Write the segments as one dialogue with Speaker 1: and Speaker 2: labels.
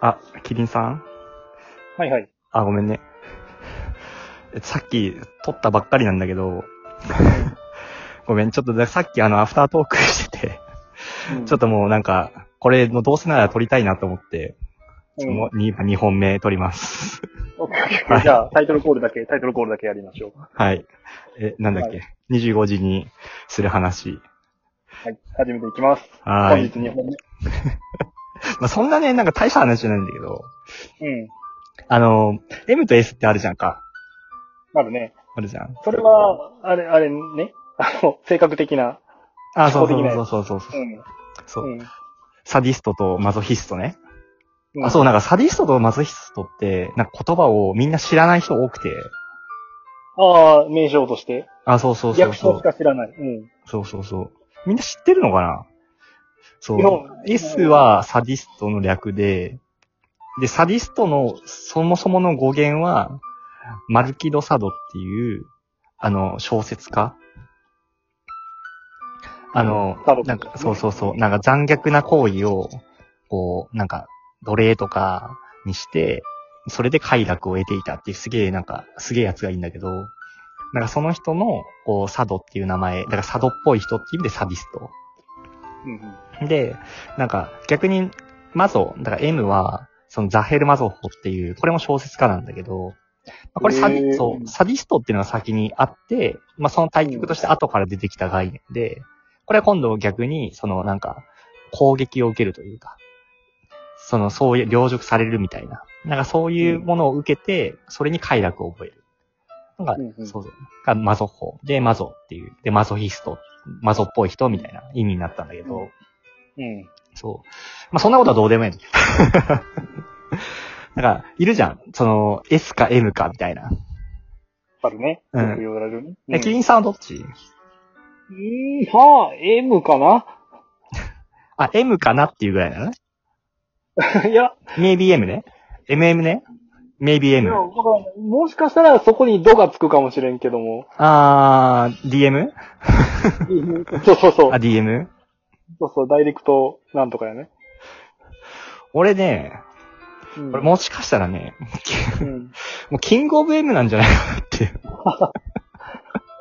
Speaker 1: あ、キリンさん
Speaker 2: はいはい。
Speaker 1: あ、ごめんね。 えさっき撮ったばっかりなんだけど、 ごめん、ちょっとださっきあのアフタートークしてて、ちょっともうなんか、これのどうせなら撮りたいなと思って、
Speaker 2: と
Speaker 1: もう 2, 2本目撮ります。
Speaker 2: じゃあ、タイトルコールだけ、タイトルコールだけやりましょう。
Speaker 1: はい。え、なんだっけ、?25 時にする話。
Speaker 2: はい。始めていきます。
Speaker 1: は
Speaker 2: 本
Speaker 1: い
Speaker 2: 日。2本
Speaker 1: まあ、そんなね、なんか大した話じゃないんだけど、
Speaker 2: 目。うん。
Speaker 1: あの、M と S ってあるじゃんか。
Speaker 2: なるね。
Speaker 1: あるじゃん。
Speaker 2: それは、あれ、あれね。あの、性格的な。
Speaker 1: あ、そうそう
Speaker 2: 基本的な
Speaker 1: そう
Speaker 2: や
Speaker 1: そうそうそうう、
Speaker 2: ん。
Speaker 1: そう
Speaker 2: うん。
Speaker 1: サディストとマゾヒストね。
Speaker 2: うん
Speaker 1: あ、そう、なんかサディストとマゾヒストって、なんか言葉をみんな知らない人多くて。
Speaker 2: ああ、名称として。
Speaker 1: あ、そうそうそう
Speaker 2: 略
Speaker 1: そ
Speaker 2: 称し
Speaker 1: う。
Speaker 2: か知らない。うん。
Speaker 1: そうそうそう。みんな知ってるのかなそ
Speaker 2: いうや。
Speaker 1: S はサディストの略で、で、サディストのそもそもの語源は、マルキド・サドっていう、あの、小説家。あの
Speaker 2: サド、
Speaker 1: なんか、そうそうそう、なんか残虐な行為を、こう、なんか、奴隷とかにして、それで快楽を得ていたっていうすげえ、なんか、すげえやつがいいんだけど、なんかその人の、こう、サドっていう名前、だからサドっぽい人っていう意味でサディスト。
Speaker 2: うん
Speaker 1: で、なんか逆にマゾ、だから M は、そのザヘル・マゾホっていう、これも小説家なんだけど、まあこれサディ、
Speaker 2: へー
Speaker 1: そうサディストっていうのが先にあって、まあその対局として後から出てきた概念で、これは今度逆に、そのなんか、攻撃を受けるというか、その、そういう、凌辱されるみたいな。なんかそういうものを受けて、それに快楽を覚える。なんか
Speaker 2: う、んうん
Speaker 1: そうそう。がマゾホ。で、マゾっていう。で、マゾヒスト。マゾっぽい人みたいな意味になったんだけど、
Speaker 2: うんうん。
Speaker 1: そう。まあ、そんなことはどうで もいい。だから、いるじゃん。その、S か M かみたいな。
Speaker 2: あるね。
Speaker 1: うん
Speaker 2: よく言われるね。
Speaker 1: え、キリ
Speaker 2: うん
Speaker 1: ンさんはどっち
Speaker 2: うん、はあ、M かな
Speaker 1: あ、M かなっていうぐらいなのね。
Speaker 2: いや、
Speaker 1: maybe M ね。MM ね。maybe
Speaker 2: で
Speaker 1: M。
Speaker 2: もこのもしかしたらそこにドがつくかもしれんけど も。
Speaker 1: あー、DM?
Speaker 2: そうそうそう
Speaker 1: あ、。DM?
Speaker 2: そうそう、ダイレクトなんとかやね。
Speaker 1: 俺ね、
Speaker 2: うん
Speaker 1: これもしかしたらね、
Speaker 2: うん。
Speaker 1: もうキングオブ M なんじゃないかなっていう。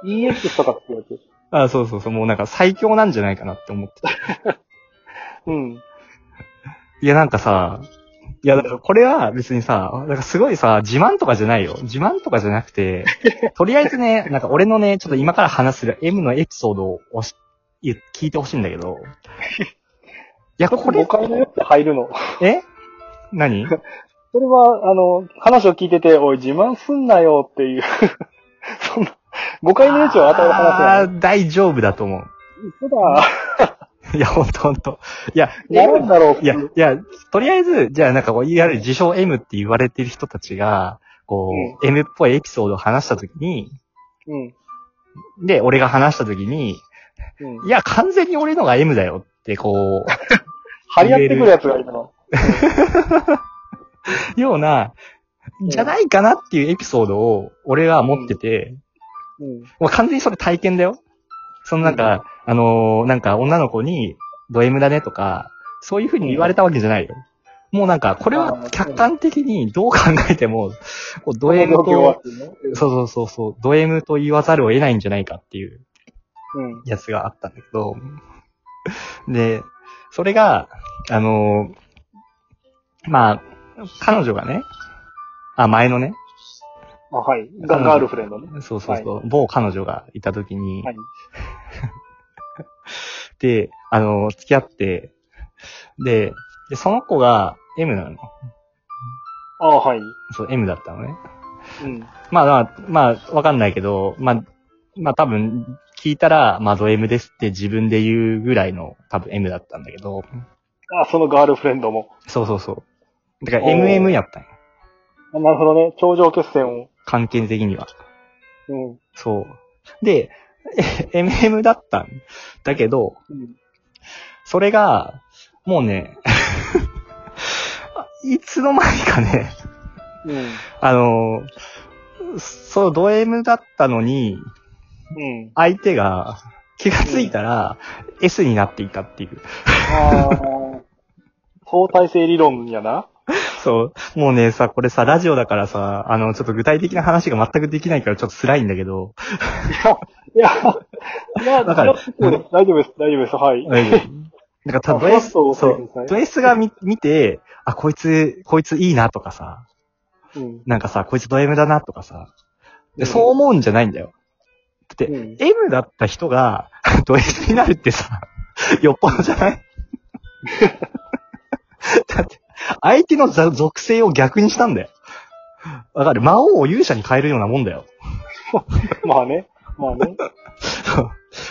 Speaker 2: EX とかってやつ。
Speaker 1: あ、そうそうそう。もうなんか最強なんじゃないかなって思ってた。
Speaker 2: うん。
Speaker 1: いや、なんかさ、いや、だからこれは別にさ、なんかすごいさ、自慢とかじゃないよ。自慢とかじゃなくて、とりあえずね、なんか俺のね、ちょっと今から話する M のエピソードをおし言う聞いてほしいんだけど。いや、こ
Speaker 2: これ
Speaker 1: れ
Speaker 2: 誤、解のやつ入るの。
Speaker 1: え何
Speaker 2: それは、あの、話を聞いてて、おい、自慢すんなよっていう。 そんな、誤解の余地を与える話
Speaker 1: あ
Speaker 2: なの。
Speaker 1: ー大丈夫だと思
Speaker 2: ただ、
Speaker 1: う。いや、ほんとほんと。いや、
Speaker 2: なんだろう。
Speaker 1: いや、いや、とりあえず、じゃあなんかこう、いわゆる自称 M って言われてる人たちが、こう、M っぽいエピソードを話したときに、
Speaker 2: うん。
Speaker 1: で、俺が話したときに、
Speaker 2: うん。
Speaker 1: いや、完全に俺のが M だよって、こ
Speaker 2: 張り合ってくるやつがいるの。
Speaker 1: う、ような、じゃないかなっていうエピソードを、俺は持ってて、
Speaker 2: うん。
Speaker 1: もう完全にそれ体験だよ。そのなんか、あのーなんか女の子に、ド M だねとか、そういう風に言われたわけじゃないよ。もうなんか、これ
Speaker 2: あ
Speaker 1: は
Speaker 2: ー
Speaker 1: 客観的にどう考えても、こうド
Speaker 2: この
Speaker 1: M
Speaker 2: 状況は
Speaker 1: と、
Speaker 2: っていうね
Speaker 1: そうそうそうそう、ド M と言わざるを得ないんじゃないかっていう。
Speaker 2: うん。
Speaker 1: やつがあったんだけど、で、それが、あのーまあ、彼女がね、あ、前のね、
Speaker 2: あ、はい。ガ
Speaker 1: うん
Speaker 2: ガールフレンドね。
Speaker 1: そうそうそう、某彼女がいた時に、
Speaker 2: はい。
Speaker 1: で、あのー付き合って、で、で、その子が M なの。
Speaker 2: ああ、はい。
Speaker 1: そう、M だったのね。
Speaker 2: うん。
Speaker 1: まあまあ、まあ、わかんないけど、まあ、まあ多分、聞いたら、まあド M ですって自分で言うぐらいの多分 M だったんだけど、
Speaker 2: あ、そのガールフレンドも。
Speaker 1: そうそうそう。だから
Speaker 2: おー
Speaker 1: MM やったんよ
Speaker 2: あなるほどね。頂上決戦を。
Speaker 1: 関係的には。
Speaker 2: うん。
Speaker 1: そう。で、 え MM だったんだけど、
Speaker 2: うん。
Speaker 1: それが、もうね、 いつの間にかね、
Speaker 2: うん。
Speaker 1: あの、そう、ド M だったのに、
Speaker 2: うん。
Speaker 1: 相手が気がついたら、S になっていたっていう。
Speaker 2: ああ、相対性理論やな。
Speaker 1: そう。もうね、さ、これさ、ラジオだからさ、あの、ちょっと具体的な話が全くできないからちょっと辛いんだけど、
Speaker 2: いや、まあ、
Speaker 1: だから
Speaker 2: 大丈夫です、大丈夫です、はい。
Speaker 1: なんか、た
Speaker 2: あ
Speaker 1: ド S、
Speaker 2: ファ
Speaker 1: そ
Speaker 2: ーストを教えてくださ
Speaker 1: う
Speaker 2: い、
Speaker 1: ド S が見見て、あ、こいつ、こいついいなとかさ、
Speaker 2: うん。
Speaker 1: なんかさ、こいつド M だなとかさ、
Speaker 2: う
Speaker 1: で
Speaker 2: ん
Speaker 1: そう思うんじゃないんだよ。だって、
Speaker 2: うん
Speaker 1: M だった人が ド S になるってさ、 よっぽどじゃない だって、相手のざ属性を逆にしたんだよ。わかる魔王を勇者に変えるようなもんだよ。
Speaker 2: まあね、まあね。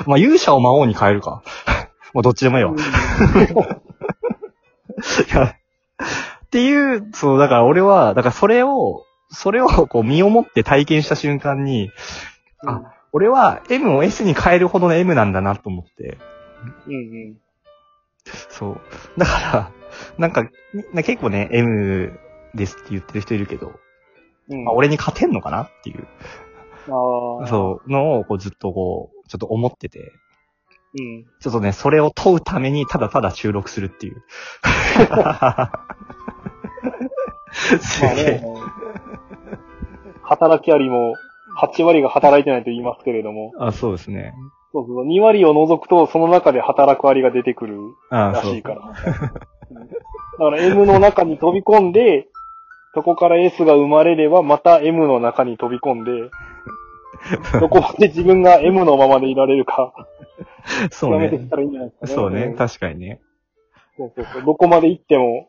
Speaker 1: まあ勇者を魔王に変えるか。 まあどっちでもいいわ。いやっていう、そう、だから俺は、だからそれを、それをこう身をもって体験した瞬間に、
Speaker 2: う ん
Speaker 1: あ俺は M を S に変えるほどの M なんだなと思って。
Speaker 2: うんうん。
Speaker 1: そう。だから、なんか、みな結構ね、M ですって言ってる人いるけど、
Speaker 2: うん
Speaker 1: まあ、俺に勝てんのかなっていう、
Speaker 2: ああ。
Speaker 1: そう、のをこうずっとこう、ちょっと思ってて、
Speaker 2: う。うん。
Speaker 1: ちょっとね、それを問うためにただただ収録するって いう。す
Speaker 2: まあ
Speaker 1: げ
Speaker 2: ね
Speaker 1: え。、
Speaker 2: 働きありも、8割が働いてないと言いますけれども、
Speaker 1: あ、そうですね。
Speaker 2: そうそうそう2割を除くと、その中で働くありが出てくる
Speaker 1: あ
Speaker 2: ら
Speaker 1: そ
Speaker 2: し
Speaker 1: う
Speaker 2: い。から。うん だから M の中に飛び込んで、そこから S が生まれれば、また M の中に飛び込ん で、どこまで自分が M のままでいられるか、
Speaker 1: そ
Speaker 2: 極
Speaker 1: う
Speaker 2: めていっ
Speaker 1: ね。
Speaker 2: たらいいんじゃないですかね。
Speaker 1: そうね
Speaker 2: ん。
Speaker 1: 確かにね。
Speaker 2: そうそうそうどこまで行っても、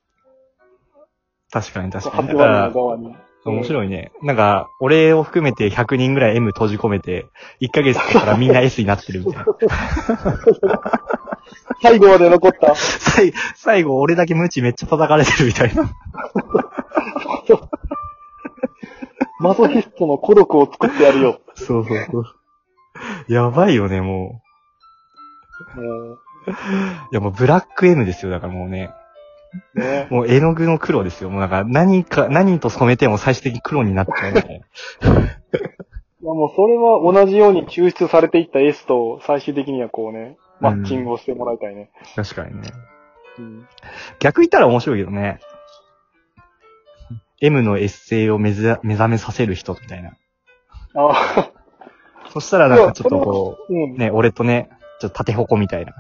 Speaker 1: 確かに確かに。
Speaker 2: 8
Speaker 1: だから
Speaker 2: 割の側に。
Speaker 1: 面
Speaker 2: い。
Speaker 1: 白いね。なんか、俺を含めて100人ぐらい M 閉じ込めて、1ヶ月からみんな S になってるみたいな。
Speaker 2: 最後まで残っ た。
Speaker 1: 最最後、俺だけ無知めっちゃ叩かれてるみたいな。
Speaker 2: マゾヒストの孤独を作ってやるよ。
Speaker 1: そうそうそう。やばいよね、も
Speaker 2: も
Speaker 1: う。いや、もうブラック M ですよ、だからもうね。
Speaker 2: う、ね。
Speaker 1: もう絵の具の黒ですよ。もうなんか、何か、何と染めても最終的に黒になっちゃうみたいな。
Speaker 2: いやもうそれは同じように抽出されていった S と最終的にはこうね、マッチングをしてもらいたいね。
Speaker 1: 確かにね。
Speaker 2: うん。
Speaker 1: 逆言ったら面白いけどね。M のエッセイを目ざ目覚めさせる人みたいな。
Speaker 2: ああ、
Speaker 1: そしたらなんかちょっとこう、
Speaker 2: うん。
Speaker 1: ね、俺とね、ちょっと縦矛みたいな。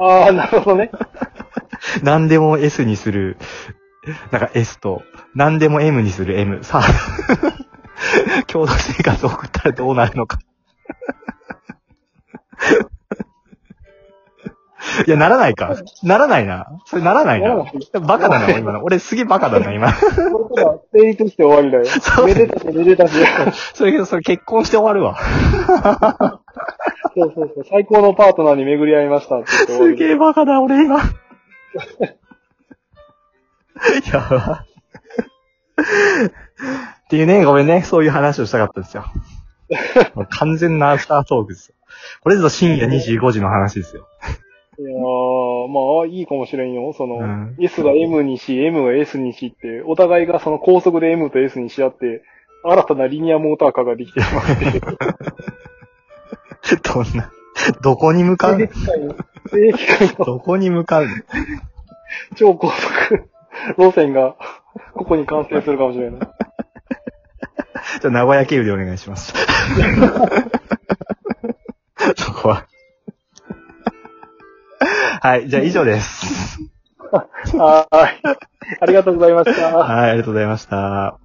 Speaker 2: ああ、なるほどね。
Speaker 1: 何でも S にする、なんか S と、何でも M にする M。さあ、 共同生活を送ったらどうなるのか。いや、ならないか。ならないな。それならない
Speaker 2: なら
Speaker 1: な
Speaker 2: な。
Speaker 1: バカだな、今の。俺すげえバカだな、今。
Speaker 2: それとは成立して終わりだよ。
Speaker 1: そう
Speaker 2: めでたしめでたし。
Speaker 1: それけど、それ結婚して終わるわ。
Speaker 2: そうそうそう。最高のパートナーに巡り合いましたって言って終わ
Speaker 1: す
Speaker 2: り。
Speaker 1: げえバカだ、俺今。やば。っていうね、ごめんね、そういう話をしたかったんですよ。もう完全なアフタートークですよ。これぞ深夜25時の話ですよ。
Speaker 2: いやー、まあ、いいかもしれんよ。その、
Speaker 1: うん
Speaker 2: S が M にし、M が S にしって、お互いがその高速で M と S にし合って、新たなリニアモーターカーができて しまって。
Speaker 1: どんな、どこに向かうの
Speaker 2: で機械ので機械の
Speaker 1: どこに向かうの
Speaker 2: 超高速路線が、ここに完成するかもしれない。
Speaker 1: じゃあ、名古屋経由でお願いします。 そこは。はい、じゃあ以上です。
Speaker 2: はーい。ありがとうございました。
Speaker 1: はい、ありがとうございました。